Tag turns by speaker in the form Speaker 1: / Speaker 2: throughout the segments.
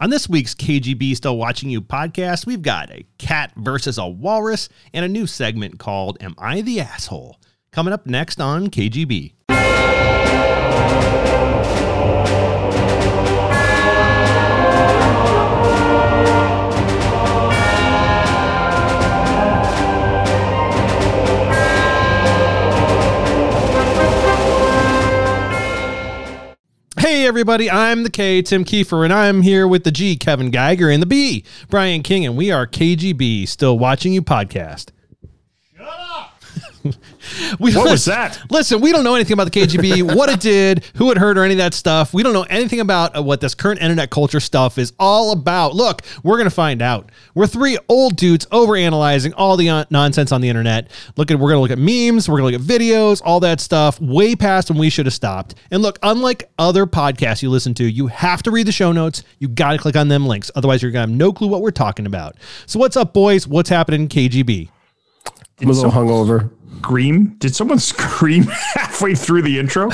Speaker 1: On this week's KGB Still Watching You podcast, we've got a cat versus a walrus and a new segment called Am I the Asshole? Coming up next on KGB. Hey everybody, I'm the K, Tim Kiefer, and I'm here with the G, Kevin Geiger, and the B, Brian King, and we are KGB Still Watching You podcast. We,
Speaker 2: What was that?
Speaker 1: Listen, we don't know anything about the KGB, what it did, who it hurt, or any of that stuff. We don't know anything about uh, what this current internet culture stuff is all about. Look, we're going to find out. We're three old dudes overanalyzing all the uh, nonsense on the internet. Look at we're going to look at memes, we're going to look at videos, all that stuff, way past when we should have stopped. And look, unlike other podcasts you listen to, you have to read the show notes. You got to click on them links, otherwise you're going to have no clue what we're talking about. So what's up, boys? What's happening in KGB?
Speaker 2: Did
Speaker 3: I'm a little
Speaker 2: someone
Speaker 3: hungover.
Speaker 2: scream? Did someone scream halfway through the intro?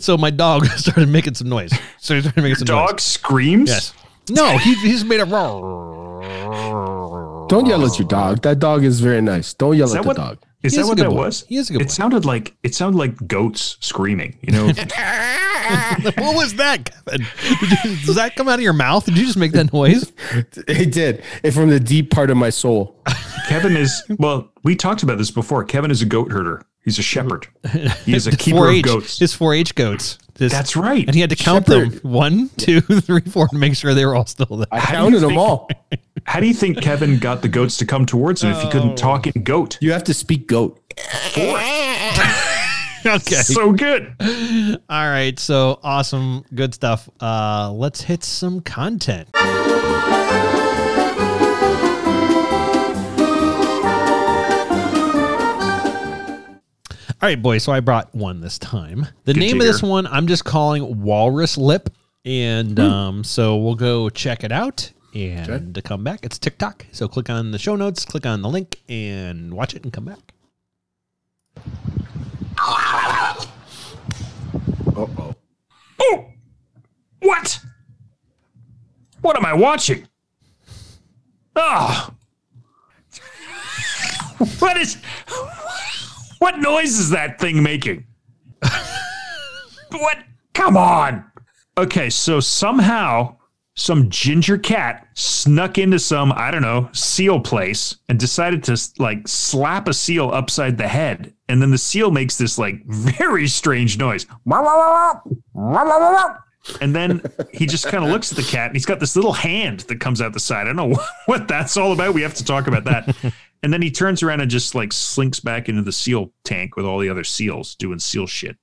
Speaker 1: So my dog started making some noise. So he started making some noise.
Speaker 2: Dog screams?
Speaker 1: Yes. No, he, he's made a roar.
Speaker 3: Don't yell at your dog. That dog Oh. is very nice. Don't yell
Speaker 2: Is
Speaker 3: at
Speaker 2: that
Speaker 3: the
Speaker 2: what
Speaker 3: dog.
Speaker 2: is
Speaker 1: He
Speaker 2: that
Speaker 1: is a
Speaker 2: what
Speaker 1: good
Speaker 2: that
Speaker 1: boy.
Speaker 2: was?
Speaker 1: He is a good
Speaker 2: it
Speaker 1: boy.
Speaker 2: sounded like it sounded like goats screaming, you know?
Speaker 1: What was that, Kevin? Did you- does that come out of your mouth? Did you just make that noise?
Speaker 3: It did. It from the deep part of my soul.
Speaker 2: Kevin is well, we talked about this before. Kevin is a goat herder. He's a shepherd. He is a keeper of
Speaker 1: 4-H,
Speaker 2: goats.
Speaker 1: his 4-H goats. This-
Speaker 2: That's right.
Speaker 1: And he had to count
Speaker 3: Shepherd.
Speaker 1: them one, two, three, four, and make sure they were all still there.
Speaker 3: I
Speaker 2: How do you
Speaker 3: counted them
Speaker 2: think-
Speaker 3: all.
Speaker 2: How do you think Kevin got the goats to come towards him if he
Speaker 1: Oh.
Speaker 2: couldn't talk in goat?
Speaker 3: You have to speak goat.
Speaker 1: okay.
Speaker 2: So good.
Speaker 1: All right. So awesome, good stuff. Uh, let's hit some content. All right, boys. So I brought one this time. The
Speaker 2: Good
Speaker 1: name
Speaker 2: to
Speaker 1: of this
Speaker 2: hear.
Speaker 1: one I'm just calling Walrus Lip, and um, so we'll go check it out. And to come back, it's TikTok. So click on the show notes, click on the link, and watch it, and come back.
Speaker 2: Oh, what? What am I watching? Oh, what is? What noise is that thing making? what? Come on. Okay, so somehow some ginger cat snuck into some I don't know seal place and decided to like slap a seal upside the head, and then the seal makes this like very strange noise. And then he just kind of looks at the cat and he's got this little hand that comes out the side. I don't know what that's all about. We have to talk about that. And then he turns around and just like slinks back into the seal tank with all the other seals doing seal shit.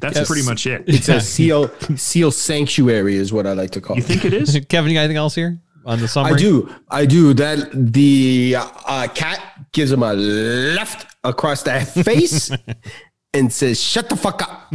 Speaker 2: That's pretty much it.
Speaker 3: It's a seal seal sanctuary is what I like to call
Speaker 2: You
Speaker 3: it.
Speaker 2: think it is?
Speaker 1: Kevin, you got anything else here on the summary?
Speaker 3: I do. I do. That the uh, cat gives him a left across that face and says, "Shut the fuck up."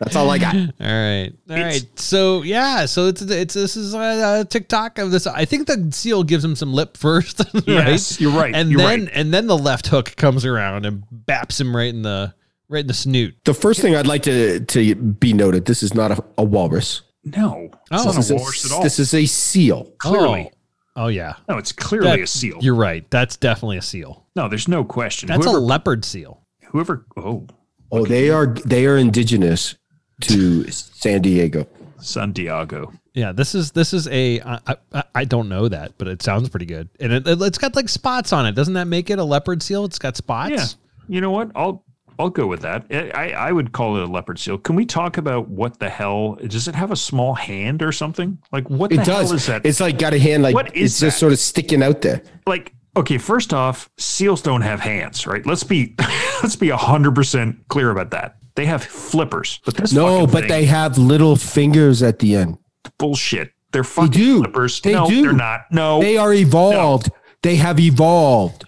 Speaker 3: That's all I got.
Speaker 1: All right, all right.
Speaker 2: It's-
Speaker 1: So yeah, so it's it's this is uh, a, a TikTok of this. I think the seal gives him some lip first, right?
Speaker 2: Yes, you're right,
Speaker 1: And
Speaker 2: you're
Speaker 1: then
Speaker 2: right.
Speaker 1: and then the left hook comes around and baps him right in the right in the snoot.
Speaker 3: The first thing I'd like to to be noted: this is not a, a walrus.
Speaker 2: No.
Speaker 1: Oh.
Speaker 2: it's
Speaker 3: This
Speaker 2: not
Speaker 3: is
Speaker 2: a
Speaker 3: a,
Speaker 2: walrus at all.
Speaker 3: this is a seal.
Speaker 2: Clearly.
Speaker 1: Oh, oh yeah,
Speaker 2: no, it's clearly a
Speaker 1: That-
Speaker 2: seal.
Speaker 1: You're right. That's definitely a seal.
Speaker 2: No, there's no question.
Speaker 1: That's
Speaker 2: whoever,
Speaker 1: a leopard seal.
Speaker 2: whoever, oh,
Speaker 3: Oh, they are they are indigenous to San Diego.
Speaker 2: San Diego.
Speaker 1: Yeah, this is this is a I, I, I don't know that, but it sounds pretty good, and it, it's got like spots on it. Doesn't that make it a leopard seal? It's got spots.
Speaker 2: Yeah. You know what? I'll I'll go with that. I, I- I would call it a leopard seal. Can we talk about what the hell? Does it have a small hand or something? Like what
Speaker 3: It
Speaker 2: the
Speaker 3: does.
Speaker 2: hell is that?
Speaker 3: It's like got a hand like
Speaker 2: What is
Speaker 3: it's just
Speaker 2: that?
Speaker 3: sort of sticking out there.
Speaker 2: like okay, first off, seals don't have hands, right? Let's be let's be hundred percent clear about that. They have flippers, but this
Speaker 3: No,
Speaker 2: fucking
Speaker 3: but
Speaker 2: thing-
Speaker 3: they have little fingers at the end.
Speaker 2: bullshit. They're fucking
Speaker 3: do.
Speaker 2: flippers.
Speaker 3: They
Speaker 2: no,
Speaker 3: do.
Speaker 2: they're not. Oh, No,
Speaker 3: They are evolved. They have evolved.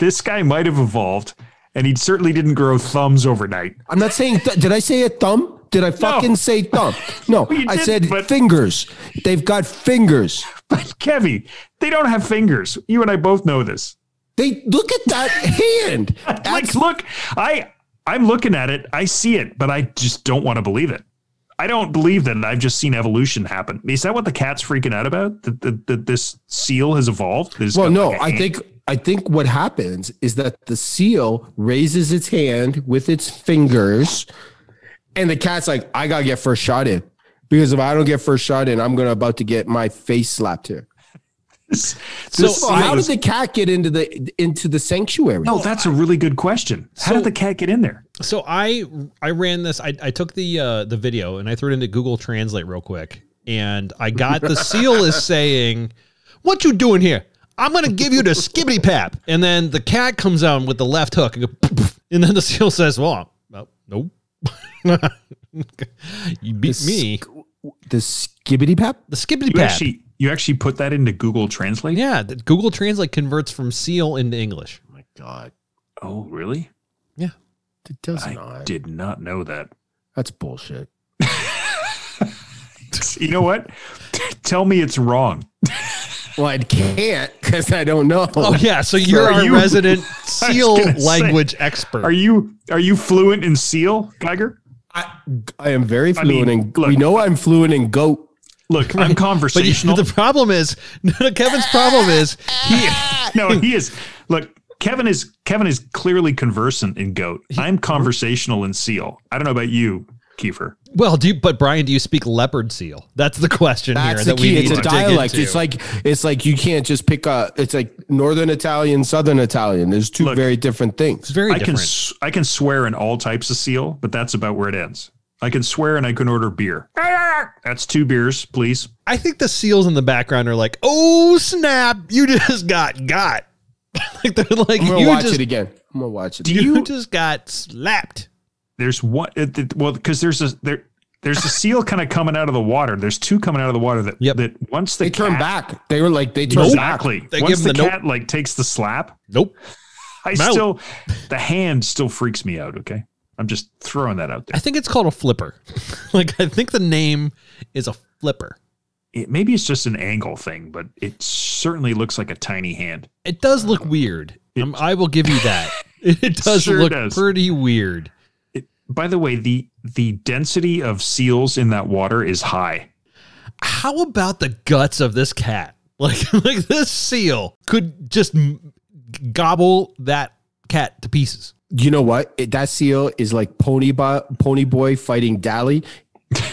Speaker 2: this guy might have evolved, and he certainly didn't grow thumbs overnight.
Speaker 3: I'm not saying th- did I say a thumb? Did I fucking say thumb? No,
Speaker 2: you
Speaker 3: I
Speaker 2: didn't,
Speaker 3: said
Speaker 2: but-
Speaker 3: fingers. They've got fingers.
Speaker 2: But Kevy, they don't have fingers. You and I both know this.
Speaker 3: They look at that hand.
Speaker 2: Like,
Speaker 3: That's
Speaker 2: look, I I'm looking at it. I see it, but I just don't want to believe it. I don't believe that. I've just seen evolution happen. Is that what the cat's freaking out about? That, that, that this seal has evolved? That it's
Speaker 3: Well,
Speaker 2: got
Speaker 3: no,
Speaker 2: like a
Speaker 3: I
Speaker 2: hand?
Speaker 3: think I think what happens is that the seal raises its hand with its fingers, and the cat's like, "I gotta get first shot in." Because if I don't get first shot in, I'm gonna about to get my face slapped here.
Speaker 2: This,
Speaker 1: So
Speaker 2: this
Speaker 3: So
Speaker 2: seal
Speaker 3: how did
Speaker 2: is-
Speaker 3: the cat get into the into the sanctuary?
Speaker 2: no, that's a really good question. How
Speaker 1: So-
Speaker 2: did the cat get in there?
Speaker 1: So I I ran this. I, I took the uh, the video and I threw it into Google Translate real quick, and I got the seal is saying, "What you doing here? I'm gonna give you the skibbity pap." And then the cat comes out with the left hook and go, "Poof, poof." and then the seal says, "Well, well nope, you beat
Speaker 3: The
Speaker 1: me."
Speaker 3: sk- the skibbity pap.
Speaker 1: The skibbity
Speaker 2: You
Speaker 1: pap.
Speaker 2: actually you actually put that into Google Translate?
Speaker 1: yeah, the Google Translate converts from seal into English.
Speaker 3: Oh my god,
Speaker 2: Oh, really?
Speaker 3: it does
Speaker 2: I
Speaker 3: not.
Speaker 2: did not know that.
Speaker 3: That's bullshit.
Speaker 2: You know what? Tell me it's wrong.
Speaker 3: Well, I can't because I don't know.
Speaker 1: Oh yeah, so you're
Speaker 2: are
Speaker 1: our
Speaker 2: you-
Speaker 1: resident seal
Speaker 2: gonna say,
Speaker 1: language expert.
Speaker 2: Are you are you fluent in seal, Geiger?
Speaker 3: I, I am very
Speaker 2: I mean,
Speaker 3: fluent in.
Speaker 2: look-
Speaker 3: we know I'm fluent in goat.
Speaker 2: Look, I'm
Speaker 1: But you-
Speaker 2: conversational.
Speaker 1: the problem is, Kevin's problem is he
Speaker 2: no, he is. Look, Kevin is Kevin is clearly conversant in goat. I'm conversational in seal. I don't know about you, Kiefer.
Speaker 1: Well, do you, but Brian, do you speak leopard seal? That's the question
Speaker 3: That's
Speaker 1: here.
Speaker 3: the
Speaker 1: that
Speaker 3: key.
Speaker 1: we
Speaker 3: It's
Speaker 1: need
Speaker 3: a
Speaker 1: to dig
Speaker 3: dialect.
Speaker 1: into.
Speaker 3: It's like it's like you can't just pick a. It's like northern Italian, southern Italian. There's two
Speaker 2: Look.
Speaker 3: very different
Speaker 1: it's
Speaker 3: things.
Speaker 1: very
Speaker 2: I can
Speaker 1: different.
Speaker 2: s- I can swear in all types of seal, but that's about where it ends. I can swear and I can order beer. That's two beers, please.
Speaker 1: I think the seals in the background are like, "Oh snap! You just got got." like they're like,
Speaker 3: I'm gonna
Speaker 1: "You
Speaker 3: watch
Speaker 1: just
Speaker 3: it again. I'm gonna watch it.
Speaker 2: Do
Speaker 1: you,
Speaker 2: you
Speaker 1: just got slapped."
Speaker 2: there's one it, it- well because there's a there there's a seal kind of coming out of the water. There's two coming out of the water that
Speaker 1: Yep.
Speaker 2: that once the
Speaker 3: They
Speaker 2: cat,
Speaker 3: turn back. They were like they turn
Speaker 2: exactly
Speaker 1: They
Speaker 2: once
Speaker 1: give 'em
Speaker 2: the,
Speaker 1: the nope.
Speaker 2: cat like takes the slap,
Speaker 1: Nope.
Speaker 2: I
Speaker 1: Mount.
Speaker 2: still the hand still freaks me out. Okay, I'm just throwing that out
Speaker 1: I
Speaker 2: there.
Speaker 1: think it's called a flipper. like I think the name is a flipper.
Speaker 2: It, maybe it's just an angle thing, but it certainly looks like a tiny hand.
Speaker 1: It does look weird. Um, I will give you that. It does
Speaker 2: Sure
Speaker 1: look
Speaker 2: does.
Speaker 1: pretty weird.
Speaker 2: By the way, the the density of seals in that water is high.
Speaker 1: how about the guts of this cat? Like, like this seal could just m- gobble that cat to pieces.
Speaker 3: back. You know what? It, that seal is like pony bo- pony boy fighting Dally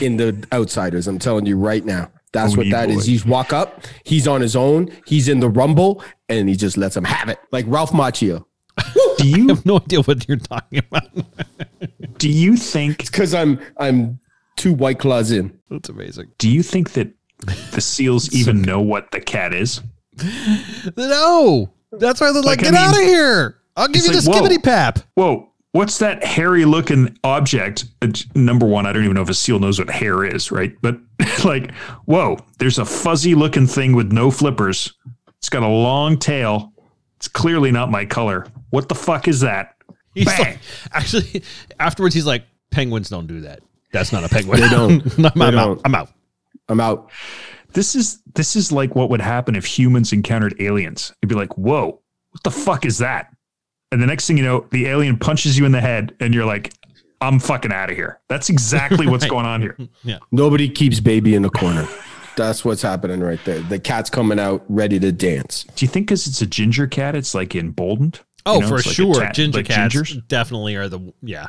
Speaker 3: in the Outsiders. I'm telling you right now. That's
Speaker 2: Pony
Speaker 3: what that is.
Speaker 2: boy.
Speaker 3: You walk up. He's on his own. He's in the rumble, and he just lets him have it, like Ralph Macchio.
Speaker 2: Do
Speaker 1: I
Speaker 2: you
Speaker 1: have no idea what you're talking about.
Speaker 2: do you think
Speaker 3: Because I'm I'm two white claws in.
Speaker 1: That's amazing.
Speaker 2: do you think that the seals even know what the cat is?
Speaker 1: No, that's why they're like,
Speaker 2: Like, I
Speaker 1: get
Speaker 2: mean,
Speaker 1: out of here. I'll give
Speaker 2: it's
Speaker 1: you the
Speaker 2: like, whoa.
Speaker 1: skibbity pap.
Speaker 2: Whoa, what's that hairy looking object? Uh, Number one, I don't even know if a seal knows what hair is, right? But like, whoa, there's a fuzzy looking thing with no flippers. It's got a long tail. It's clearly not my color. What the fuck is that?
Speaker 1: He's
Speaker 2: Bang.
Speaker 1: like, actually, afterwards, he's like, penguins don't do that. That's not a penguin. They
Speaker 3: don't.
Speaker 1: I'm,
Speaker 3: They
Speaker 1: I'm out.
Speaker 3: don't.
Speaker 1: I'm out.
Speaker 3: I'm out.
Speaker 2: This is this is like what would happen if humans encountered aliens. It'd be like, whoa, what the fuck is that? And the next thing you know, the alien punches you in the head, and you're like, I'm fucking out of here. That's exactly what's going on here.
Speaker 3: Nobody keeps baby in the corner. That's what's happening right there. The cat's coming out ready to dance.
Speaker 2: Do you think because it's a ginger cat, it's like emboldened?
Speaker 1: Oh,
Speaker 2: You know,
Speaker 1: for
Speaker 2: it's like a
Speaker 1: sure.
Speaker 2: tat-
Speaker 1: ginger
Speaker 2: like
Speaker 1: cats
Speaker 2: gingers?
Speaker 1: definitely are the, yeah.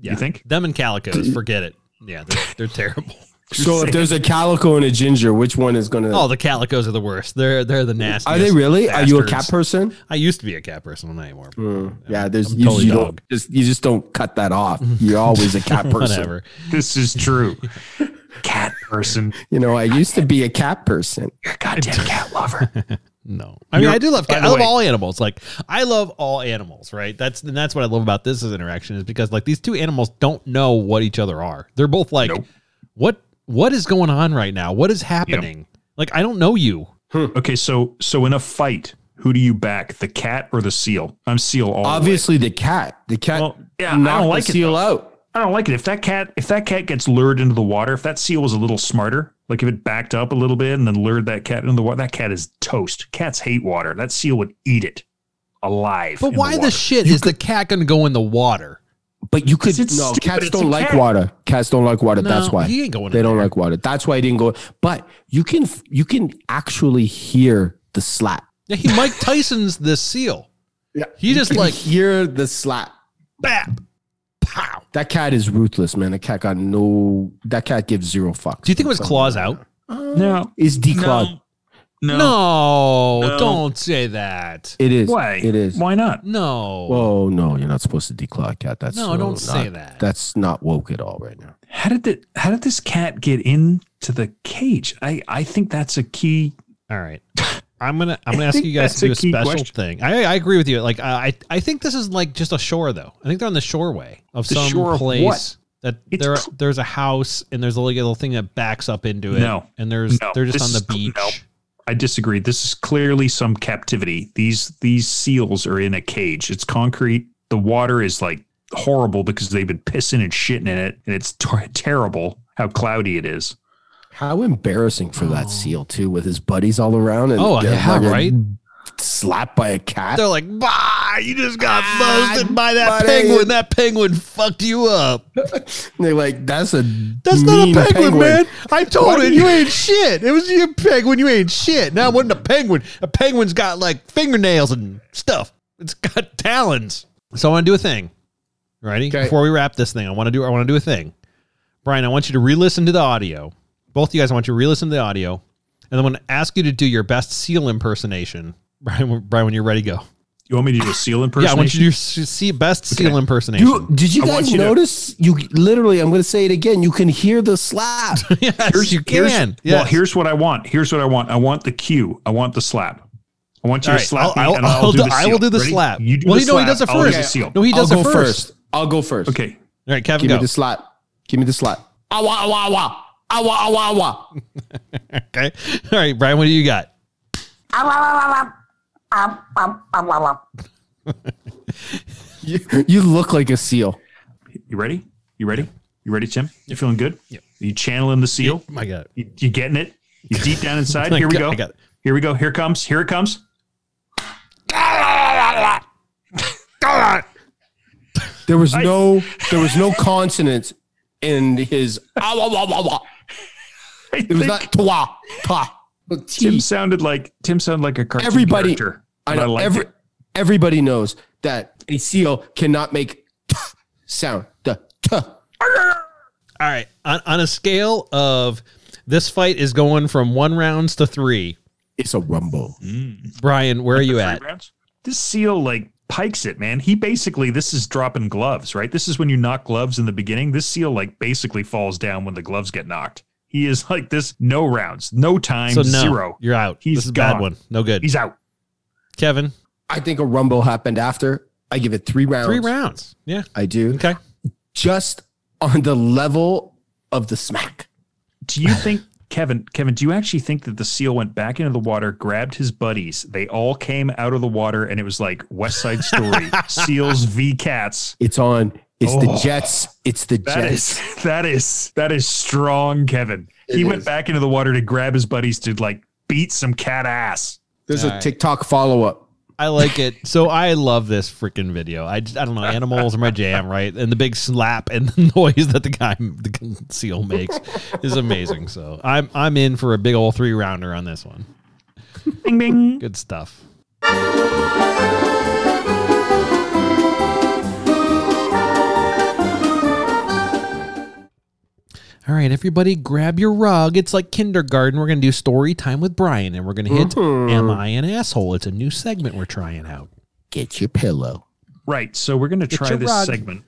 Speaker 1: yeah.
Speaker 2: think?
Speaker 1: Them and calicos, forget it. Yeah, they're, they're terrible.
Speaker 3: So if there's a calico and a ginger, which one is gonna?
Speaker 1: Oh, the calicos are the worst. They're they're the nastiest.
Speaker 3: are they really? Are you a cat
Speaker 1: bastards.
Speaker 3: person?
Speaker 1: I used to be a cat person, I'm not anymore. but
Speaker 2: Mm.
Speaker 3: Yeah, there's
Speaker 1: I'm
Speaker 3: you,
Speaker 1: totally
Speaker 3: you
Speaker 1: dog.
Speaker 3: don't just you just don't cut that off. You're always a cat person.
Speaker 1: Whatever.
Speaker 2: This is true. cat person.
Speaker 3: You know, I used to be a cat person.
Speaker 2: You're a goddamn cat lover.
Speaker 1: No, I mean
Speaker 2: You're-
Speaker 1: I do love
Speaker 2: by
Speaker 1: cat.
Speaker 2: the
Speaker 1: I love
Speaker 2: way-
Speaker 1: all animals. Like I love all animals, right? That's and that's what I love about this interaction is because like these two animals don't know what each other are. They're both like,
Speaker 2: Nope.
Speaker 1: what what is going on right now? What is happening? Like I don't know you.
Speaker 2: okay, so so in a fight, who do you back, the cat or the seal? I'm seal all. the way.
Speaker 3: Obviously, the cat. The cat.
Speaker 2: Well, yeah, I
Speaker 3: knocked
Speaker 2: don't
Speaker 3: the
Speaker 2: like it,
Speaker 3: seal out.
Speaker 2: I don't like it. If that cat, if that cat gets lured into the water, if that seal was a little smarter, like if it backed up a little bit and then lured that cat into the water, that cat is toast. Cats hate water. That seal would eat it alive.
Speaker 1: But
Speaker 2: in
Speaker 1: why the,
Speaker 2: water.
Speaker 1: shit is the cat going to go in the water?
Speaker 3: But you could
Speaker 2: it's
Speaker 3: no.
Speaker 2: stupid.
Speaker 3: Cats
Speaker 2: It's
Speaker 3: don't
Speaker 2: a
Speaker 3: like
Speaker 2: cat.
Speaker 3: water. Cats don't like water.
Speaker 1: No,
Speaker 3: That's why
Speaker 1: he ain't going
Speaker 3: They
Speaker 1: in
Speaker 3: don't like water. That's why he didn't go. But you can you can actually hear the slap.
Speaker 1: Yeah, he Mike Tyson's the seal.
Speaker 3: Yeah.
Speaker 1: He just
Speaker 3: You can
Speaker 1: like
Speaker 3: hear the slap.
Speaker 1: bap, pow.
Speaker 3: That cat is ruthless, man. That cat got no. That cat gives zero fucks.
Speaker 1: Do you think it was claws out?
Speaker 2: No.
Speaker 3: Is declawed?
Speaker 2: No. No.
Speaker 1: No,
Speaker 2: No.
Speaker 1: don't say that.
Speaker 3: It is.
Speaker 2: Why?
Speaker 3: It is.
Speaker 2: Why not?
Speaker 1: No.
Speaker 3: Whoa, no, you're not supposed to declaw a cat. That's
Speaker 1: No,
Speaker 3: so
Speaker 1: don't
Speaker 3: not-
Speaker 1: say that.
Speaker 3: That's not woke at all right now.
Speaker 2: How did the, How did this cat get into the cage? I I think that's a key.
Speaker 1: All right. I'm gonna I'm
Speaker 2: I
Speaker 1: gonna ask
Speaker 2: think
Speaker 1: you guys
Speaker 2: that's
Speaker 1: to do
Speaker 2: a
Speaker 1: a
Speaker 2: key
Speaker 1: special
Speaker 2: question.
Speaker 1: thing. I, I agree with you. Like I I think this is like just a shore though. I think they're on the shoreway of
Speaker 2: The
Speaker 1: some
Speaker 2: shore of
Speaker 1: place
Speaker 2: what?
Speaker 1: that
Speaker 2: It's
Speaker 1: there
Speaker 2: cl-
Speaker 1: there's a house and there's a little, little thing that backs up into it.
Speaker 2: No.
Speaker 1: and there's
Speaker 2: No.
Speaker 1: they're just
Speaker 2: This
Speaker 1: on
Speaker 2: is
Speaker 1: the
Speaker 2: cl-
Speaker 1: beach.
Speaker 2: no. I disagree. This is clearly some captivity. These these seals are in a cage. It's concrete. The water is like horrible because they've been pissing and shitting in it, and it's ter- terrible how cloudy it is.
Speaker 3: How embarrassing for
Speaker 1: Oh.
Speaker 3: that seal too, with his buddies all around and
Speaker 1: Oh,
Speaker 3: get
Speaker 1: yeah,
Speaker 3: fucking
Speaker 1: right?
Speaker 3: Slapped by a cat.
Speaker 1: They're like, bah, you just got
Speaker 3: Ah,
Speaker 1: busted by that
Speaker 3: buddy."
Speaker 1: penguin. That penguin fucked you up.
Speaker 3: And they're like, that's a
Speaker 1: That's
Speaker 3: mean
Speaker 1: not a penguin, man. I told
Speaker 3: Why
Speaker 1: it
Speaker 3: do
Speaker 1: you
Speaker 3: you-
Speaker 1: ain't shit. It was your penguin. You ain't shit. Now it wasn't a penguin. A penguin's got like fingernails and stuff. It's got talons. So I want to do a thing. Ready?
Speaker 3: Okay.
Speaker 1: Before we wrap this thing, I want to do. I want to do a thing. Brian, I want you to re-listen to the audio. Both of you guys, I want you to re-listen to the audio, and then I'm going to ask you to do your best seal impersonation. Brian, Brian, when you're ready, go.
Speaker 2: You want me to do a seal
Speaker 1: Yeah, I
Speaker 2: impersonation?
Speaker 1: want you to do your s- see best seal impersonation.
Speaker 3: You, did you
Speaker 2: I want
Speaker 3: guys
Speaker 2: you to-
Speaker 3: notice? You literally, I'm going to say it again. You can hear the slap.
Speaker 1: yes, you
Speaker 2: here's-
Speaker 1: can.
Speaker 2: Well,
Speaker 1: Yes.
Speaker 2: here's what I want. Here's what I want. I want the cue. I want the slap. I want you
Speaker 1: All
Speaker 2: to
Speaker 1: right,
Speaker 2: slap
Speaker 1: I'll-
Speaker 2: me,
Speaker 1: I'll-
Speaker 2: and I'll,
Speaker 1: I'll
Speaker 2: do
Speaker 1: do-
Speaker 2: the
Speaker 1: I
Speaker 2: seal.
Speaker 1: will do the
Speaker 2: Ready?
Speaker 1: slap.
Speaker 2: You do
Speaker 1: Well,
Speaker 2: the
Speaker 1: you know, he
Speaker 2: slap.
Speaker 1: does it
Speaker 2: I'll do the
Speaker 1: first.
Speaker 2: seal.
Speaker 1: No, he does
Speaker 3: I'll
Speaker 1: it
Speaker 3: go
Speaker 1: first.
Speaker 3: first. I'll go first.
Speaker 2: Okay.
Speaker 1: All right, Kevin,
Speaker 3: Give
Speaker 1: go.
Speaker 3: me the slap. Give me the slap. Awa, awa, awa. Awa, awa, awa.
Speaker 1: Okay. All right, Brian, what do you got?
Speaker 3: You, you look like a seal.
Speaker 2: You ready? You ready? You ready, Tim? You feeling good?
Speaker 1: Yep.
Speaker 2: Are you channeling the seal?
Speaker 1: I got it.
Speaker 2: You, you getting it? You deep down inside?
Speaker 1: I
Speaker 2: Here we
Speaker 1: got-
Speaker 2: go.
Speaker 1: I got it.
Speaker 2: Here we go. Here comes. Here it comes.
Speaker 3: There was no, there was no consonants in his Ah, awa, awa, awa, awa.
Speaker 2: I
Speaker 3: It was
Speaker 2: think
Speaker 3: not twa, ta. but
Speaker 2: Tim
Speaker 3: T.
Speaker 2: sounded like Tim sounded like a cartoon
Speaker 3: Everybody-
Speaker 2: character.
Speaker 3: I
Speaker 2: and
Speaker 3: know
Speaker 2: liked
Speaker 3: every,
Speaker 2: it.
Speaker 3: everybody knows that a seal cannot make t sound. The t.
Speaker 1: All right. On, on a scale of this fight is going from one rounds to three,
Speaker 3: It's a rumble.
Speaker 1: Brian, where are you at?
Speaker 2: rounds. This seal like pikes it, man. He basically this is dropping gloves, right? This is when you knock gloves in the beginning. This seal like basically falls down when the gloves get knocked. He is like this no rounds, no time,
Speaker 1: So no,
Speaker 2: zero.
Speaker 1: you're out.
Speaker 2: He's
Speaker 1: this is a bad
Speaker 2: gone.
Speaker 1: one. No good.
Speaker 2: He's out.
Speaker 1: Kevin,
Speaker 3: I think a rumble happened after. I give it three rounds.
Speaker 1: three rounds. Yeah.
Speaker 3: I do.
Speaker 1: Okay.
Speaker 3: Just on the level of the smack.
Speaker 2: Do you think Kevin, Kevin, do you actually think that the seal went back into the water, grabbed his buddies, they all came out of the water, and it was like West Side Story, Seals v Cats.
Speaker 3: It's on. It's the
Speaker 2: Oh.
Speaker 3: Jets. It's the
Speaker 2: That
Speaker 3: Jets.
Speaker 2: is that is that is strong, Kevin.
Speaker 3: It
Speaker 2: he went
Speaker 3: is.
Speaker 2: back into the water to grab his buddies to like beat some cat ass.
Speaker 3: There's
Speaker 1: All
Speaker 3: a
Speaker 1: right.
Speaker 3: TikTok follow up.
Speaker 1: I like it. So I love this freaking video. I, just- I don't know. Animals are my jam, right? And the big slap and the noise that the guy, the seal makes is amazing. So I'm, I'm in for a big old three rounder on this one.
Speaker 2: Bing bing.
Speaker 1: Good stuff. All right, everybody, grab your rug. It's like kindergarten. We're going to do story time with Brian, and we're going to hit Am I an Asshole? It's a new segment we're trying out.
Speaker 3: Get your pillow.
Speaker 2: Right. So we're gonna
Speaker 1: Get
Speaker 2: try
Speaker 1: your
Speaker 2: this
Speaker 1: rug.
Speaker 2: segment.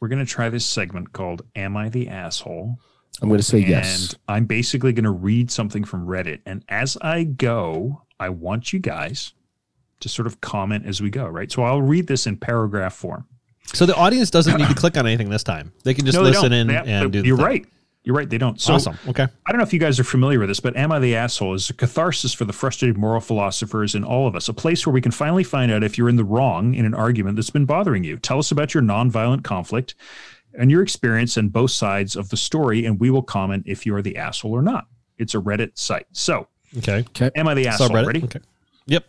Speaker 2: We're gonna try this segment called Am I the Asshole?
Speaker 3: I'm going to say yes.
Speaker 2: And I'm basically going to read something from Reddit. And as I go, I want you guys to sort of comment as we go, right? So I'll read this in paragraph form.
Speaker 1: So the audience doesn't need to click on anything this time. They can just
Speaker 2: they
Speaker 1: listen
Speaker 2: don't.
Speaker 1: in
Speaker 2: They-
Speaker 1: and do the
Speaker 2: You're
Speaker 1: thing.
Speaker 2: right. You're right. They don't. So
Speaker 1: Awesome. Okay.
Speaker 2: I don't know if you guys are familiar with this, but Am I the Asshole is a catharsis for the frustrated moral philosophers in all of us, a place where we can finally find out if you're in the wrong in an argument that's been bothering you. Tell us about your nonviolent conflict and your experience and both sides of the story, and we will comment if you're the asshole or not. It's a Reddit site. So,
Speaker 1: Okay.
Speaker 2: Am I the asshole?
Speaker 1: Subreddit.
Speaker 2: Ready?
Speaker 1: Okay. Yep.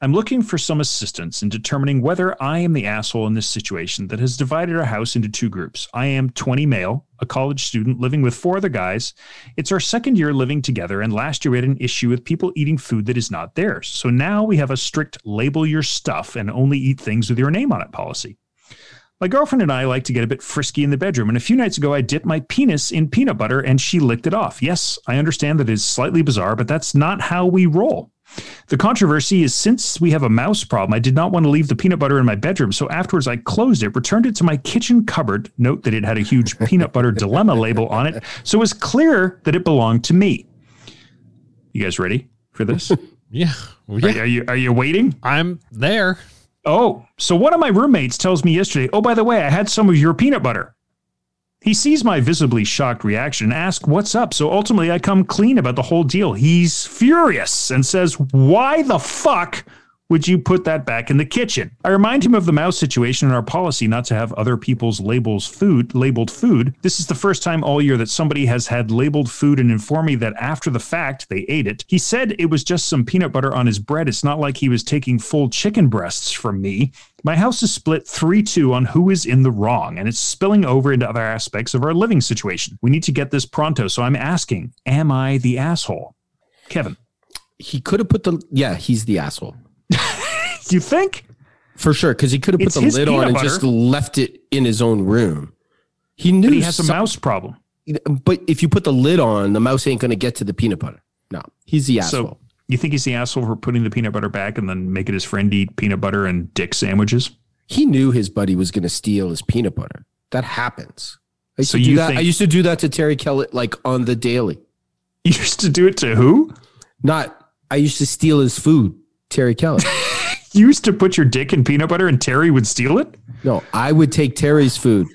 Speaker 2: I'm looking for some assistance in determining whether I am the asshole in this situation that has divided our house into two groups. I am 20 male, a college student living with four other guys. It's our second year living together, and last year we had an issue with people eating food that is not theirs. So now we have a strict label your stuff and only eat things with your name on it policy. My girlfriend and I like to get a bit frisky in the bedroom, and a few nights ago I dipped my penis in peanut butter and she licked it off. Yes, I understand that is slightly bizarre, but that's not how we roll. The controversy is since we have a mouse problem, I did not want to leave the peanut butter in my bedroom, so afterwards I closed it, returned it to my kitchen cupboard. Note that it had a huge peanut butter dilemma label on it, so it was clear that it belonged to me. You guys ready for this?
Speaker 1: Yeah. Well, yeah.
Speaker 2: Are, are you are you waiting?
Speaker 1: I'm there.
Speaker 2: Oh, so one of my roommates tells me yesterday, oh, by the way, I had some of your peanut butter. He sees my visibly shocked reaction and asks, what's up? So ultimately, I come clean about the whole deal. He's furious and says, why the fuck would you put that back in the kitchen? I remind him of the mouse situation and our policy not to have other people's labels food labeled food. This is the first time all year that somebody has had labeled food and informed me that after the fact they ate it. He said it was just some peanut butter on his bread. It's not like he was taking full chicken breasts from me. My house is split 3 2 on who is in the wrong, and it's spilling over into other aspects of our living situation. We need to get this pronto, so I'm asking, am I the asshole? Kevin,
Speaker 3: He could have put the yeah. He's the asshole
Speaker 2: you think?
Speaker 3: for sure because he could have put
Speaker 2: It's
Speaker 3: the
Speaker 2: his
Speaker 3: lid on
Speaker 2: peanut
Speaker 3: and
Speaker 2: butter.
Speaker 3: just left it in his own room. He knew
Speaker 2: But he has a
Speaker 3: some-
Speaker 2: mouse problem.
Speaker 3: But if you put the lid on, the mouse ain't gonna get to the peanut butter. No, he's the asshole.
Speaker 2: So you think he's the asshole for putting the peanut butter back and then making his friend eat peanut butter and dick sandwiches?
Speaker 3: he knew his buddy was going to steal his peanut butter. That happens. I used
Speaker 2: So
Speaker 3: to do
Speaker 2: you
Speaker 3: that.
Speaker 2: think-
Speaker 3: I used to do that to Terry Kelly, like on the daily.
Speaker 2: You used to do it to who?
Speaker 3: Not. I used to steal his food, Terry Kelly.
Speaker 2: You used to put your dick in peanut butter and Terry would steal it?
Speaker 3: no, I would take Terry's food,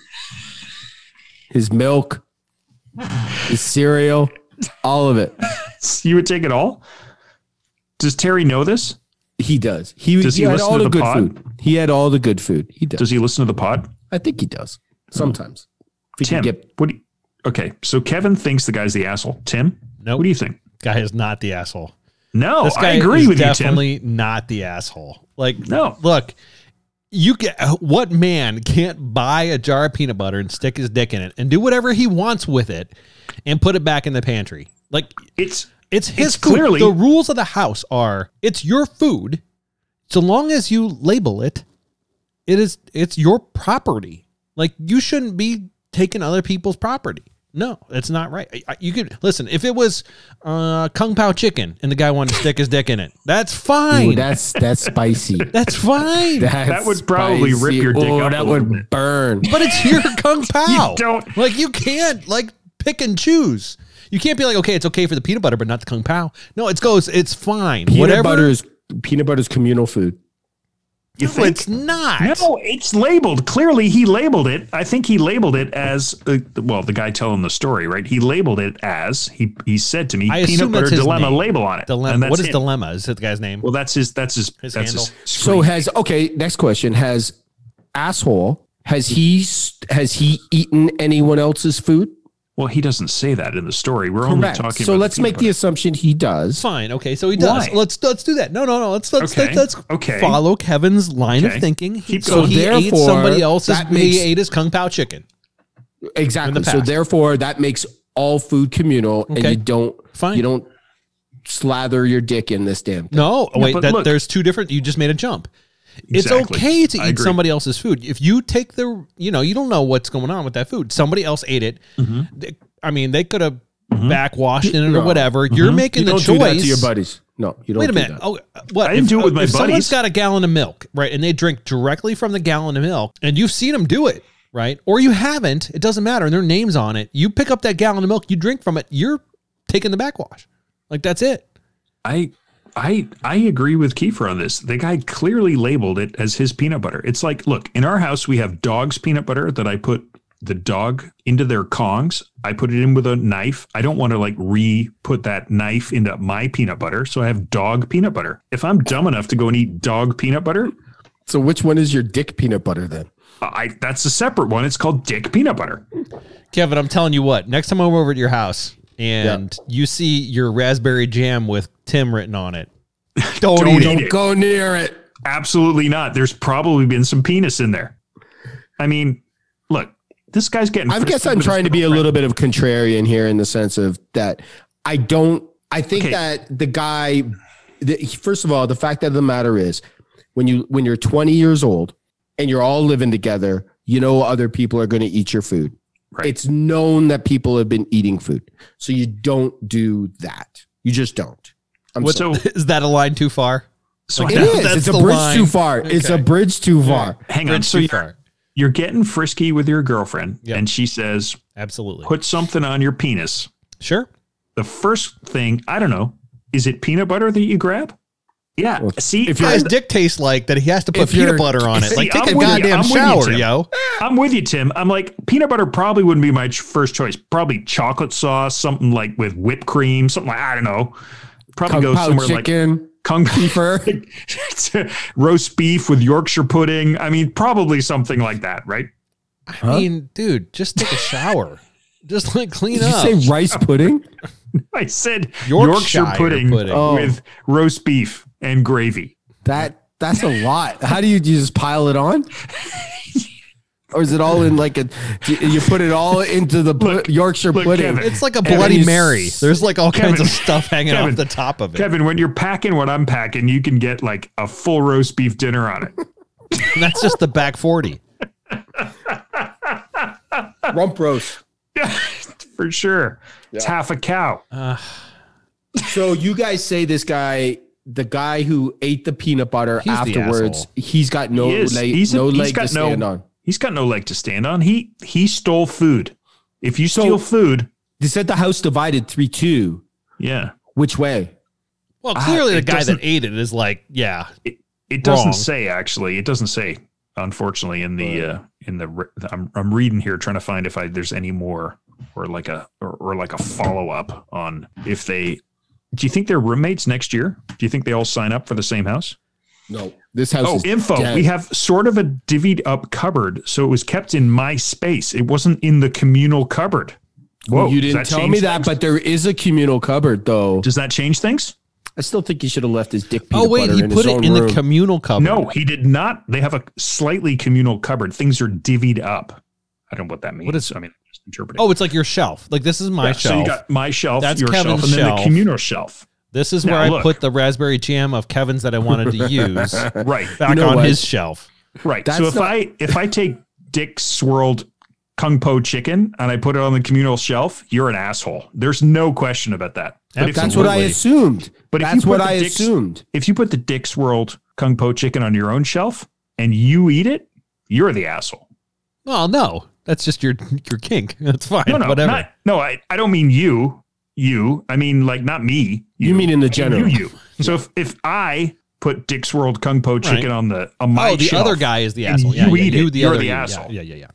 Speaker 3: his milk, his cereal, all of it.
Speaker 2: You would take it all? Does Terry know this?
Speaker 3: He does. He,
Speaker 2: Does he
Speaker 3: had
Speaker 2: listen
Speaker 3: all
Speaker 2: to the
Speaker 3: the, good
Speaker 2: pod?
Speaker 3: food. He had all the good food. He does.
Speaker 2: Does he listen to the pod?
Speaker 3: I think he does sometimes. If he
Speaker 2: Tim,
Speaker 3: can get-
Speaker 2: what do you, okay, so Kevin thinks the guy's the asshole. Tim,
Speaker 1: Nope.
Speaker 2: what do you think?
Speaker 1: guy is not the asshole.
Speaker 2: No,
Speaker 1: this guy
Speaker 2: I agree
Speaker 1: is
Speaker 2: with you, Tim.
Speaker 1: definitely not the asshole. Like,
Speaker 2: No.
Speaker 1: look, you get what man can't buy a jar of peanut butter and stick his dick in it and do whatever he wants with it and put it back in the pantry? Like,
Speaker 2: It's
Speaker 1: it's his
Speaker 2: It's
Speaker 1: food.
Speaker 2: clearly-
Speaker 1: the rules of the house are it's your food. So long as you label it, it is it's your property. Like you shouldn't be taking other people's property. No, that's not right. I- I- You could listen if it was uh, kung pao chicken and the guy wanted to stick his dick in it. That's
Speaker 3: Ooh,
Speaker 1: fine.
Speaker 3: that's that's spicy.
Speaker 1: that's fine.
Speaker 3: That's
Speaker 2: That would probably rip your dick
Speaker 3: Ooh,
Speaker 2: up a
Speaker 3: That
Speaker 2: little
Speaker 3: would
Speaker 2: bit.
Speaker 3: burn.
Speaker 1: but it's your kung pao.
Speaker 2: don't-
Speaker 1: like you can't like pick and choose. You can't be like okay, it's okay for the peanut butter, but not the kung pao. No, it goes. It's fine.
Speaker 3: Peanut
Speaker 1: Whatever.
Speaker 3: butter is peanut butter is communal food.
Speaker 2: you
Speaker 1: no,
Speaker 2: think
Speaker 1: it's not.
Speaker 2: No, it's labeled. Clearly, he labeled it. I think he labeled it as uh, well. The guy telling the story, right? He labeled it as he he said to me,
Speaker 1: I assume
Speaker 2: "Peanut butter
Speaker 1: that's his
Speaker 2: dilemma"
Speaker 1: name.
Speaker 2: label on it. And
Speaker 1: Dilemma.
Speaker 2: that's
Speaker 1: What is
Speaker 2: it.
Speaker 1: dilemma? Is that the guy's name?
Speaker 2: Well, that's his. That's his.
Speaker 1: His
Speaker 2: that's
Speaker 1: handle.
Speaker 2: his.
Speaker 3: So has okay. Next question has asshole. Has he s- has he eaten anyone else's food?
Speaker 2: Well, he doesn't say that in the story. We're only talking.
Speaker 3: So
Speaker 2: about
Speaker 3: let's
Speaker 2: the
Speaker 3: make
Speaker 2: peanut
Speaker 3: the assumption he does.
Speaker 1: Fine. Okay. So he does.
Speaker 2: Why?
Speaker 1: Let's let's do that. No, no, no. Let's let's
Speaker 2: Okay,
Speaker 1: let's,
Speaker 2: okay.
Speaker 1: follow Kevin's line
Speaker 2: Okay.
Speaker 1: of thinking. He-
Speaker 2: Keep
Speaker 1: so
Speaker 2: going.
Speaker 1: he ate
Speaker 3: Therefore,
Speaker 1: somebody else's.
Speaker 3: that
Speaker 1: he
Speaker 3: makes-
Speaker 1: ate his kung pao chicken.
Speaker 3: Exactly.
Speaker 1: In the
Speaker 3: so
Speaker 1: past.
Speaker 3: therefore, that makes all food communal, and
Speaker 1: Okay.
Speaker 3: you don't
Speaker 1: Fine.
Speaker 3: you don't slather your dick in this damn. Thing.
Speaker 1: No,
Speaker 2: No,
Speaker 1: wait.
Speaker 2: but
Speaker 1: That,
Speaker 2: look-
Speaker 1: there's two different. You just made a jump. It's
Speaker 2: Exactly.
Speaker 1: okay to
Speaker 2: I
Speaker 1: eat
Speaker 2: agree.
Speaker 1: somebody else's food if you take the. You know, you don't know what's going on with that food. Somebody else ate it.
Speaker 2: Mm-hmm.
Speaker 1: They- I mean, they could have backwashed in it
Speaker 3: No.
Speaker 1: or
Speaker 2: Mm-hmm.
Speaker 1: whatever. You're making
Speaker 3: You don't
Speaker 1: the
Speaker 3: do
Speaker 1: choice.
Speaker 3: that to your buddies. No, you don't.
Speaker 1: Wait a
Speaker 3: do
Speaker 1: minute.
Speaker 3: that.
Speaker 1: Oh, uh, what?
Speaker 2: I didn't
Speaker 1: if,
Speaker 2: do it with my
Speaker 1: if Someone's
Speaker 2: buddies.
Speaker 1: got a gallon of milk, right, and they drink directly from the gallon of milk, and you've seen them do it, right, or you haven't. It doesn't matter. And their names on it. You pick up that gallon of milk, you drink from it. You're taking the backwash. Like that's it.
Speaker 2: I I I agree with Kiefer on this. The guy clearly labeled it as his peanut butter. It's like, look, in our house we have dog's peanut butter that I put the dog into their kongs. I put it in with a knife. I don't want to like re put that knife into my peanut butter, so I have dog peanut butter. If I'm dumb enough to go and eat dog peanut butter,
Speaker 3: So which one is your dick peanut butter then?
Speaker 2: I that's a separate one. It's called dick peanut butter.
Speaker 1: Kevin, I'm telling you what. Next time I'm over at your house and you see your raspberry jam with Tim written on it, Don't,
Speaker 2: Don't
Speaker 1: eat it.
Speaker 2: eat
Speaker 3: Don't
Speaker 2: it.
Speaker 3: go near it.
Speaker 2: Absolutely not. There's probably been some penis in there. I mean, look, this guy's getting.
Speaker 3: I guess I'm
Speaker 2: with his
Speaker 3: trying to be a
Speaker 2: girlfriend.
Speaker 3: little bit of contrarian here in the sense of that I don't. I think
Speaker 2: Okay.
Speaker 3: that the guy, the, first of all, the fact of the matter is, when you when you're 20 years old and you're all living together, you know other people are going to eat your food.
Speaker 2: Right.
Speaker 3: It's known that people have been eating food, so you don't do that. You just don't. I'm
Speaker 1: What's
Speaker 3: sorry.
Speaker 2: So,
Speaker 1: Is that a line too far?
Speaker 2: so
Speaker 3: It
Speaker 2: hang,
Speaker 1: That's-
Speaker 3: is.
Speaker 1: that's
Speaker 3: It's a
Speaker 1: the
Speaker 3: bridge
Speaker 1: line.
Speaker 3: too far. It's a
Speaker 1: Okay.
Speaker 3: bridge too far.
Speaker 2: hang on.
Speaker 1: Bridge
Speaker 2: So
Speaker 1: too
Speaker 2: you're,
Speaker 1: far.
Speaker 2: you're getting frisky with your girlfriend,
Speaker 1: Yeah.
Speaker 2: and she says,
Speaker 1: Absolutely.
Speaker 2: "Put something on your penis."
Speaker 1: sure.
Speaker 2: The first thing I don't know is it peanut butter that you grab? Yeah.
Speaker 3: Well,
Speaker 2: See,
Speaker 3: if
Speaker 2: guys,
Speaker 1: Guy's dick tastes like that he has to put
Speaker 3: If you're-
Speaker 1: peanut butter on it.
Speaker 2: See,
Speaker 1: Like,
Speaker 2: I'm
Speaker 1: take a
Speaker 2: with you.
Speaker 1: goddamn
Speaker 2: I'm with you,
Speaker 1: shower,
Speaker 2: Tim.
Speaker 1: yo.
Speaker 2: I'm with you, Tim. I'm like peanut butter probably wouldn't be my ch- first choice. Probably chocolate sauce, something like with whipped cream, something like I don't know. Probably
Speaker 3: Kung
Speaker 2: go
Speaker 3: Pao
Speaker 2: somewhere like
Speaker 3: chicken,
Speaker 2: kung
Speaker 3: beaver.
Speaker 2: roast beef with Yorkshire pudding. I mean, probably something like that, right?
Speaker 1: I mean, dude, just take a shower. just like clean
Speaker 3: Did
Speaker 1: up.
Speaker 3: you say rice pudding?
Speaker 2: I said Yorkshire,
Speaker 1: Yorkshire
Speaker 2: pudding,
Speaker 1: pudding.
Speaker 3: Oh.
Speaker 2: with roast beef and gravy.
Speaker 3: That that's a lot. How do you, you just pile it on? Or is it all in like a? do You you put it all into the pu-
Speaker 2: Look,
Speaker 3: Yorkshire
Speaker 2: look,
Speaker 3: pudding.
Speaker 2: Kevin.
Speaker 1: It's like a
Speaker 3: Kevin,
Speaker 1: Bloody
Speaker 3: you
Speaker 1: Mary.
Speaker 3: s-
Speaker 1: There's like all kinds
Speaker 2: Kevin,
Speaker 1: of stuff hanging
Speaker 2: Kevin,
Speaker 1: off the top of it.
Speaker 2: Kevin, when you're packing what I'm packing, you can get like a full roast beef dinner on it.
Speaker 1: And that's just the back 40.
Speaker 3: Rump roast.
Speaker 2: For sure. It's
Speaker 3: Yeah.
Speaker 2: half a cow.
Speaker 1: Uh,
Speaker 3: So you guys say this guy, the guy who ate the peanut butter
Speaker 1: He's the
Speaker 3: afterwards,
Speaker 1: asshole.
Speaker 3: he's got no
Speaker 2: He is.
Speaker 3: leg,
Speaker 2: He's a-
Speaker 3: no
Speaker 2: he's
Speaker 3: leg
Speaker 2: got
Speaker 3: to
Speaker 2: no-
Speaker 3: stand on.
Speaker 2: He's got no leg to stand on. He he stole food. If you
Speaker 3: So-
Speaker 2: steal food,
Speaker 3: They said the house divided three two.
Speaker 2: yeah,
Speaker 3: Which way?
Speaker 1: well,
Speaker 2: Ah,
Speaker 1: clearly the
Speaker 2: it
Speaker 1: guy that
Speaker 2: doesn't-
Speaker 1: ate it is like, yeah,
Speaker 2: it doesn't
Speaker 1: Wrong.
Speaker 2: say actually. It doesn't say. Unfortunately, in the uh, in the re- I'm I'm reading here trying to find if I there's any more or like a or, or like a follow up on if they. Do you think they're roommates next year? Do you think they all sign up for the same house?
Speaker 3: No, this house.
Speaker 2: Oh,
Speaker 3: is
Speaker 2: info.
Speaker 3: dead.
Speaker 2: We have sort of a divvied up cupboard, so it was kept in my space. It wasn't in the communal cupboard. Whoa!
Speaker 3: you
Speaker 2: does
Speaker 3: didn't
Speaker 2: that
Speaker 3: tell
Speaker 2: change
Speaker 3: me that,
Speaker 2: things?
Speaker 3: but there is a communal cupboard though.
Speaker 2: does that change things?
Speaker 3: I still think he should have left his dick. Peanut
Speaker 1: Oh wait,
Speaker 3: butter
Speaker 1: he
Speaker 3: in
Speaker 1: put
Speaker 3: his own
Speaker 1: it in
Speaker 3: room.
Speaker 1: the communal cupboard.
Speaker 2: No, he did not. They have a slightly communal cupboard. Things are divvied up. I don't know what that means.
Speaker 1: What is-
Speaker 2: I mean, I'm just interpreting.
Speaker 1: Oh, it's like your shelf. Like this is my
Speaker 2: Yeah,
Speaker 1: shelf.
Speaker 2: So you got my shelf,
Speaker 1: That's
Speaker 2: your shelf,
Speaker 1: Kevin's
Speaker 2: and then
Speaker 1: shelf.
Speaker 2: the communal shelf.
Speaker 1: this is
Speaker 2: Now,
Speaker 1: where I
Speaker 2: look.
Speaker 1: put the raspberry jam of Kevin's that I wanted to use
Speaker 2: Right,
Speaker 1: back
Speaker 3: know
Speaker 1: on
Speaker 3: what?
Speaker 1: his shelf.
Speaker 2: right.
Speaker 3: That's
Speaker 2: so if
Speaker 3: not-
Speaker 2: I if I take Dick swirled kung po chicken and I put it on the communal shelf, you're an asshole. There's no question about that. But if
Speaker 3: That's
Speaker 2: you-
Speaker 3: what I assumed.
Speaker 2: But
Speaker 3: But
Speaker 2: if you
Speaker 3: that's
Speaker 2: put
Speaker 3: what
Speaker 2: the
Speaker 3: I
Speaker 2: dicks-
Speaker 3: assumed.
Speaker 2: if you put the Dick's World Kung Po chicken on your own shelf and you eat it, you're the asshole.
Speaker 1: Well, no, that's just your your kink. That's fine.
Speaker 2: No, no,
Speaker 1: Whatever.
Speaker 2: not- no. I, I don't mean you. You. I mean like not me.
Speaker 3: You mean in the
Speaker 2: I
Speaker 3: general.
Speaker 2: You. you. So if if I put Dick's World Kung Po chicken
Speaker 1: Right.
Speaker 2: on the on my
Speaker 1: oh, the
Speaker 2: shelf,
Speaker 1: other guy is the
Speaker 2: and
Speaker 1: asshole. Yeah,
Speaker 2: you
Speaker 1: yeah,
Speaker 2: eat it,
Speaker 1: the
Speaker 2: you're
Speaker 1: other
Speaker 2: the
Speaker 1: yeah,
Speaker 2: asshole.
Speaker 1: Yeah, yeah, yeah.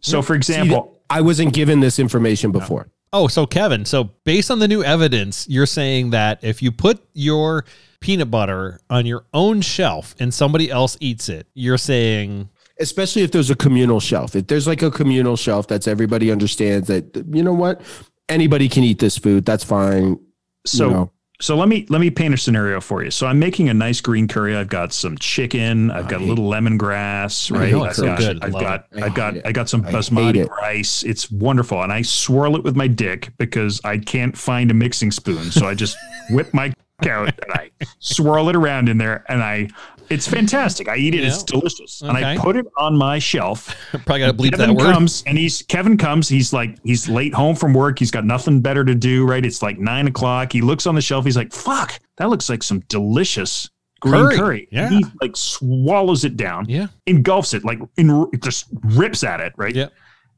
Speaker 2: So for
Speaker 3: See,
Speaker 2: example,
Speaker 3: I wasn't given this information before.
Speaker 1: Oh, so Kevin, so based on the new evidence, you're saying that if you put your peanut butter on your own shelf and somebody else eats it, you're saying
Speaker 3: Especially if there's a communal shelf. If there's like a communal shelf that's everybody understands that you know what? Anybody can eat this food. That's fine.
Speaker 2: so
Speaker 3: you know.
Speaker 2: so let me let me paint a scenario for you. So I'm making a nice green curry. I've got some chicken. I've got a
Speaker 3: I hate-
Speaker 2: little lemongrass.
Speaker 3: I
Speaker 2: Right.
Speaker 3: know
Speaker 2: I've
Speaker 3: curry.
Speaker 2: got,
Speaker 1: Good.
Speaker 2: I've
Speaker 1: Love
Speaker 2: got
Speaker 3: it. I
Speaker 2: I've got
Speaker 3: hate it.
Speaker 2: I got some
Speaker 3: I hate
Speaker 2: basmati
Speaker 3: it.
Speaker 2: rice. It's wonderful, and I swirl it with my dick because I can't find a mixing spoon. So I just whip my cock out and I swirl it around in there, and I it's fantastic. I eat it. It's
Speaker 1: Yeah.
Speaker 2: delicious, and I
Speaker 1: Okay.
Speaker 2: put it on my shelf.
Speaker 1: probably got to bleep
Speaker 2: Kevin
Speaker 1: that word.
Speaker 2: comes and he's Kevin comes. He's like he's late home from work. He's got nothing better to do. Right? It's like nine o'clock. He looks on the shelf. He's like, "Fuck, that looks like some delicious green
Speaker 1: Curry.
Speaker 2: curry."
Speaker 1: Yeah.
Speaker 2: And he like swallows it down,
Speaker 1: Yeah.
Speaker 2: engulfs it, like in, just rips at it. Right?
Speaker 1: Yep.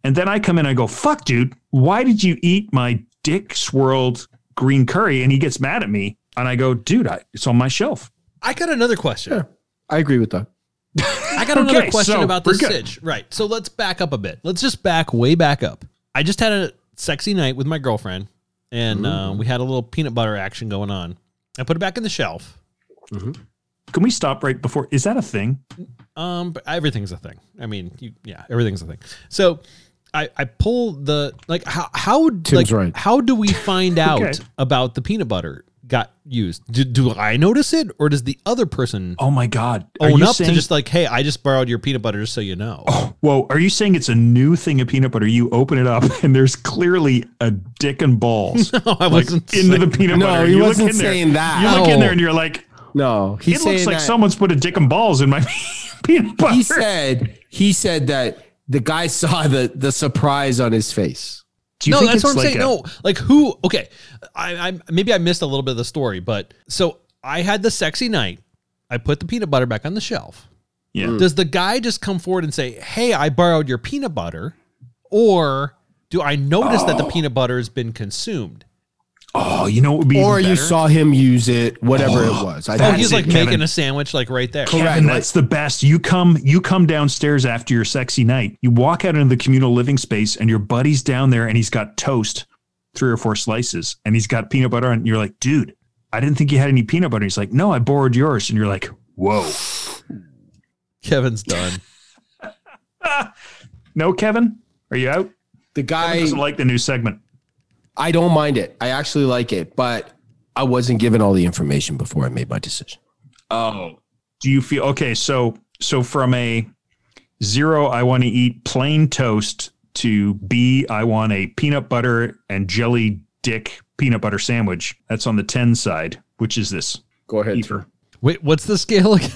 Speaker 2: And then I come in. I go, "Fuck, dude, why did you eat my dick swirled green curry?" And he gets mad at me. And I go, "Dude, I, it's on my shelf."
Speaker 1: I got another question.
Speaker 3: Yeah. I agree with that.
Speaker 1: I got
Speaker 2: Okay,
Speaker 1: another question
Speaker 2: so
Speaker 1: about
Speaker 2: we're
Speaker 1: this
Speaker 2: good.
Speaker 1: sitch. Right. So let's back up a bit. Let's just back way back up. I just had a sexy night with my girlfriend, and
Speaker 2: Mm-hmm.
Speaker 1: uh, we had a little peanut butter action going on. I put it back in the shelf.
Speaker 2: Can we stop right before? Is that a thing?
Speaker 1: Um, but everything's a thing. I mean, you, yeah, everything's a thing. So I, I pull the like how how
Speaker 3: Tim's
Speaker 1: like,
Speaker 3: right.
Speaker 1: how do we find out
Speaker 2: Okay.
Speaker 1: about the peanut butter got used. Do, do I notice it, or does the other person
Speaker 2: Oh my God. Are
Speaker 1: own
Speaker 2: you
Speaker 1: up
Speaker 2: saying, Oh,
Speaker 1: to just like, hey, I just borrowed your peanut butter, just so you know?
Speaker 2: whoa, are you saying it's a new thing of peanut butter? You open it up and there's clearly a dick and balls
Speaker 1: No, I
Speaker 2: like
Speaker 1: wasn't
Speaker 2: into the
Speaker 1: saying-
Speaker 2: peanut
Speaker 3: No,
Speaker 2: butter.
Speaker 3: he
Speaker 2: you look
Speaker 3: wasn't
Speaker 2: in there-
Speaker 3: saying that.
Speaker 2: You look in
Speaker 1: No.
Speaker 2: there and you're like,
Speaker 3: No, he's
Speaker 2: it looks
Speaker 3: saying
Speaker 2: like
Speaker 3: that-
Speaker 2: someone's put a dick and balls in my peanut butter.
Speaker 3: He said he said that the guy saw the the surprise on his face.
Speaker 2: Do you
Speaker 1: no,
Speaker 2: think
Speaker 1: that's
Speaker 2: it's
Speaker 1: what I'm
Speaker 2: like
Speaker 1: saying.
Speaker 2: a-
Speaker 1: no, like who? Okay, I, I maybe I missed a little bit of the story, but so I had the sexy night. I put the peanut butter back on the shelf.
Speaker 2: Yeah.
Speaker 1: Does the guy just come forward and say, "Hey, I borrowed your peanut butter," or do I notice that the peanut butter has been consumed?
Speaker 2: Oh, you know what would be
Speaker 3: Or
Speaker 2: even
Speaker 3: you
Speaker 2: better?
Speaker 3: saw him use it, whatever it was. I
Speaker 1: Oh,
Speaker 3: think
Speaker 1: he's
Speaker 2: it,
Speaker 1: like
Speaker 2: Kevin.
Speaker 1: making a sandwich, like right there.
Speaker 2: Kevin,
Speaker 3: Correct, like-
Speaker 2: that's the best. You come, you come downstairs after your sexy night. You walk out into the communal living space, and your buddy's down there, and he's got toast, three or four slices, and he's got peanut butter. And you're like, dude, I didn't think you had any peanut butter. He's like, no, I borrowed yours. And you're like, whoa,
Speaker 1: Kevin's done.
Speaker 2: no, Kevin, are you out?
Speaker 3: the
Speaker 2: I
Speaker 3: guy
Speaker 2: doesn't like the new segment.
Speaker 3: I don't mind it. I actually like it, but I wasn't given all the information before I made my decision.
Speaker 2: Oh, do you feel okay? So, so from a zero, I want to eat plain toast to B, I want a peanut butter and jelly dick peanut butter sandwich. That's on the 10 side, which is this
Speaker 3: Go ahead.
Speaker 2: Kiefer.
Speaker 1: Wait, what's the scale again?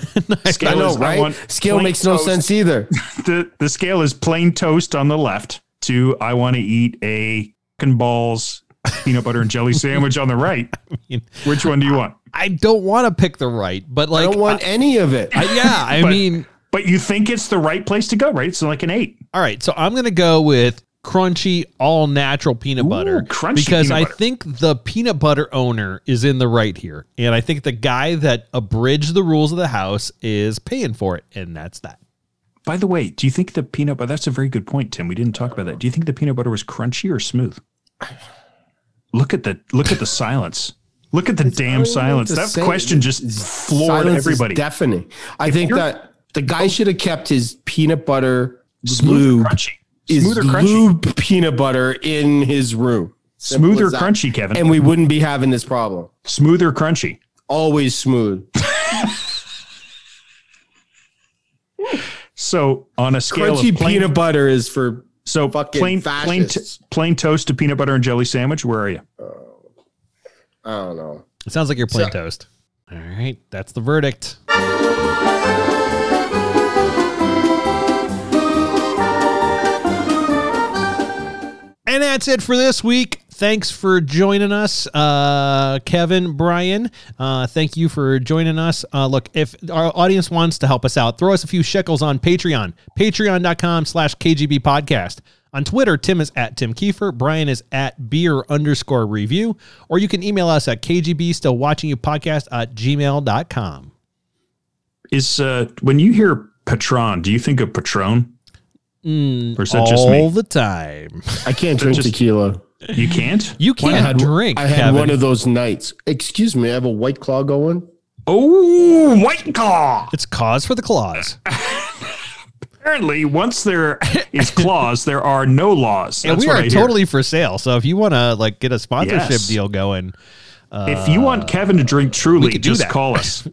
Speaker 1: I-
Speaker 2: Scale
Speaker 3: I know,
Speaker 2: is, I
Speaker 3: right?
Speaker 2: want
Speaker 3: Scale
Speaker 2: plain
Speaker 3: makes no
Speaker 2: toast.
Speaker 3: sense e- either.
Speaker 2: The, the scale is plain toast on the left to I want to eat a and balls peanut butter and jelly sandwich on the right.
Speaker 1: mean-
Speaker 2: Which one do you want?
Speaker 1: I don't want to pick the right, but
Speaker 3: I
Speaker 1: like,
Speaker 3: don't want any of it.
Speaker 1: I- yeah, I
Speaker 2: But-
Speaker 1: mean,
Speaker 2: But you think it's the right place to go, right? It's like an eight.
Speaker 1: all right. So I'm gonna go with crunchy, all natural peanut butter
Speaker 2: crunchy
Speaker 1: because
Speaker 2: peanut
Speaker 1: I
Speaker 2: butter.
Speaker 1: think the peanut butter owner is in the right here, and I think the guy that abridged the rules of the house is paying for it, and that's that.
Speaker 2: By the way, do you think the peanut butter? That's a very good point, Tim. We didn't talk about that. Do you think the peanut butter was crunchy or smooth? Look at the look at the silence. Look at the damn silence.
Speaker 3: to
Speaker 2: That
Speaker 3: say.
Speaker 2: question just floored
Speaker 3: Silence is
Speaker 2: everybody.
Speaker 3: deafening. I think
Speaker 2: you're- Oh.
Speaker 3: that the guy should have kept his peanut butter
Speaker 2: Smooth,
Speaker 3: lube,
Speaker 2: or crunchy,
Speaker 3: his
Speaker 2: smooth or crunchy,
Speaker 3: lube peanut butter in his room. Simple
Speaker 2: smooth or
Speaker 3: as that.
Speaker 2: crunchy, Kevin.
Speaker 3: And we wouldn't be having this problem.
Speaker 2: smooth or crunchy.
Speaker 3: Always smooth.
Speaker 2: So on a scale
Speaker 3: Crunchy
Speaker 2: of plain,
Speaker 3: peanut butter is for
Speaker 2: so
Speaker 3: fucking
Speaker 2: plain plain, t-
Speaker 3: fascists.
Speaker 2: plain toast to peanut butter and jelly sandwich. Where are you?
Speaker 3: I don't know.
Speaker 1: It sounds like you're plain toast. All right, that's the verdict. And that's it for this week. Thanks for joining us, uh, Kevin, Brian. Uh, thank you for joining us. Uh, look, if our audience wants to help us out, throw us a few shekels on Patreon, patreon.com slash KGB podcast. On Twitter, Tim is at Tim Kiefer. Brian is at beer underscore review. Or you can email us at KGB still watching you podcast at gmail.com.
Speaker 2: Is uh, when you hear patron, do you think of patron? or is that just
Speaker 1: All
Speaker 2: me?
Speaker 1: the time.
Speaker 3: I can't drink
Speaker 2: Just-
Speaker 3: tequila.
Speaker 2: You can't.
Speaker 1: You
Speaker 3: I
Speaker 1: can't
Speaker 3: had
Speaker 1: drink.
Speaker 3: I had
Speaker 1: Kevin.
Speaker 3: one of those nights. Excuse me, I have a white claw going.
Speaker 2: Oh, white claw.
Speaker 1: it's cause for the clause.
Speaker 2: Apparently, once there is clause, there are no laws.
Speaker 1: and
Speaker 2: That's
Speaker 1: we
Speaker 2: what
Speaker 1: are
Speaker 2: I hear.
Speaker 1: totally for sale. So if you want to like get a sponsorship
Speaker 2: Yes.
Speaker 1: deal going,
Speaker 2: If you want Kevin to drink truly,
Speaker 1: could do
Speaker 2: just
Speaker 1: that.
Speaker 2: call us.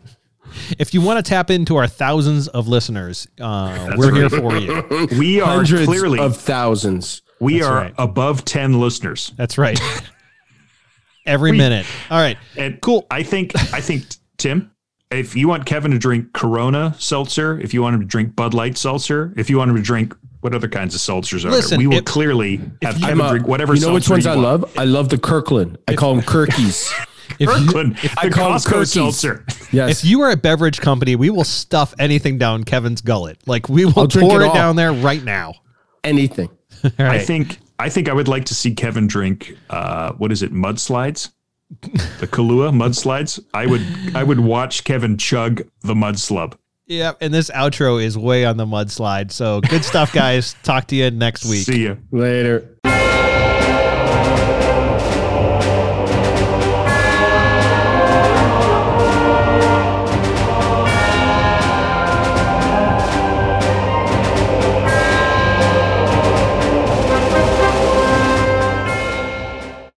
Speaker 1: if you want to tap into our thousands of listeners, uh, we're here for you.
Speaker 2: We are
Speaker 3: Hundreds
Speaker 2: Oh, clearly
Speaker 3: of thousands.
Speaker 2: we are
Speaker 1: right.
Speaker 2: above ten listeners.
Speaker 1: That's right. Every minute. All right.
Speaker 2: And
Speaker 1: Cool.
Speaker 2: I think I think Tim, if you want Kevin to drink Corona seltzer, if you want him to drink Bud Light seltzer, if you want him to drink what other kinds of seltzers are
Speaker 1: Listen,
Speaker 2: there, we will
Speaker 1: if-
Speaker 2: clearly have Kevin
Speaker 3: I'm a-
Speaker 2: drink whatever.
Speaker 3: You know which
Speaker 2: seltzer
Speaker 3: ones
Speaker 2: you
Speaker 3: I
Speaker 2: want.
Speaker 3: love? I love the Kirkland. I call them Kirkies.
Speaker 1: If you,
Speaker 2: Kirkland,
Speaker 3: I
Speaker 2: the
Speaker 3: call 'em
Speaker 2: Costco
Speaker 3: Kirkies.
Speaker 2: seltzer.
Speaker 1: if
Speaker 3: yes.
Speaker 1: you are a beverage company, we will stuff anything down Kevin's gullet. Like we will
Speaker 3: I'll drink
Speaker 1: pour
Speaker 3: it
Speaker 1: it
Speaker 3: all.
Speaker 1: down there right now.
Speaker 3: anything.
Speaker 1: All
Speaker 2: I
Speaker 1: right.
Speaker 2: think I think I would like to see Kevin drink uh, what is it mudslides, the Kahlua mudslides. I would I would watch Kevin chug the mudslub.
Speaker 1: yeah. And this outro is way on the mudslide. So good stuff, guys. Talk to you next week.
Speaker 2: See you.
Speaker 3: Later.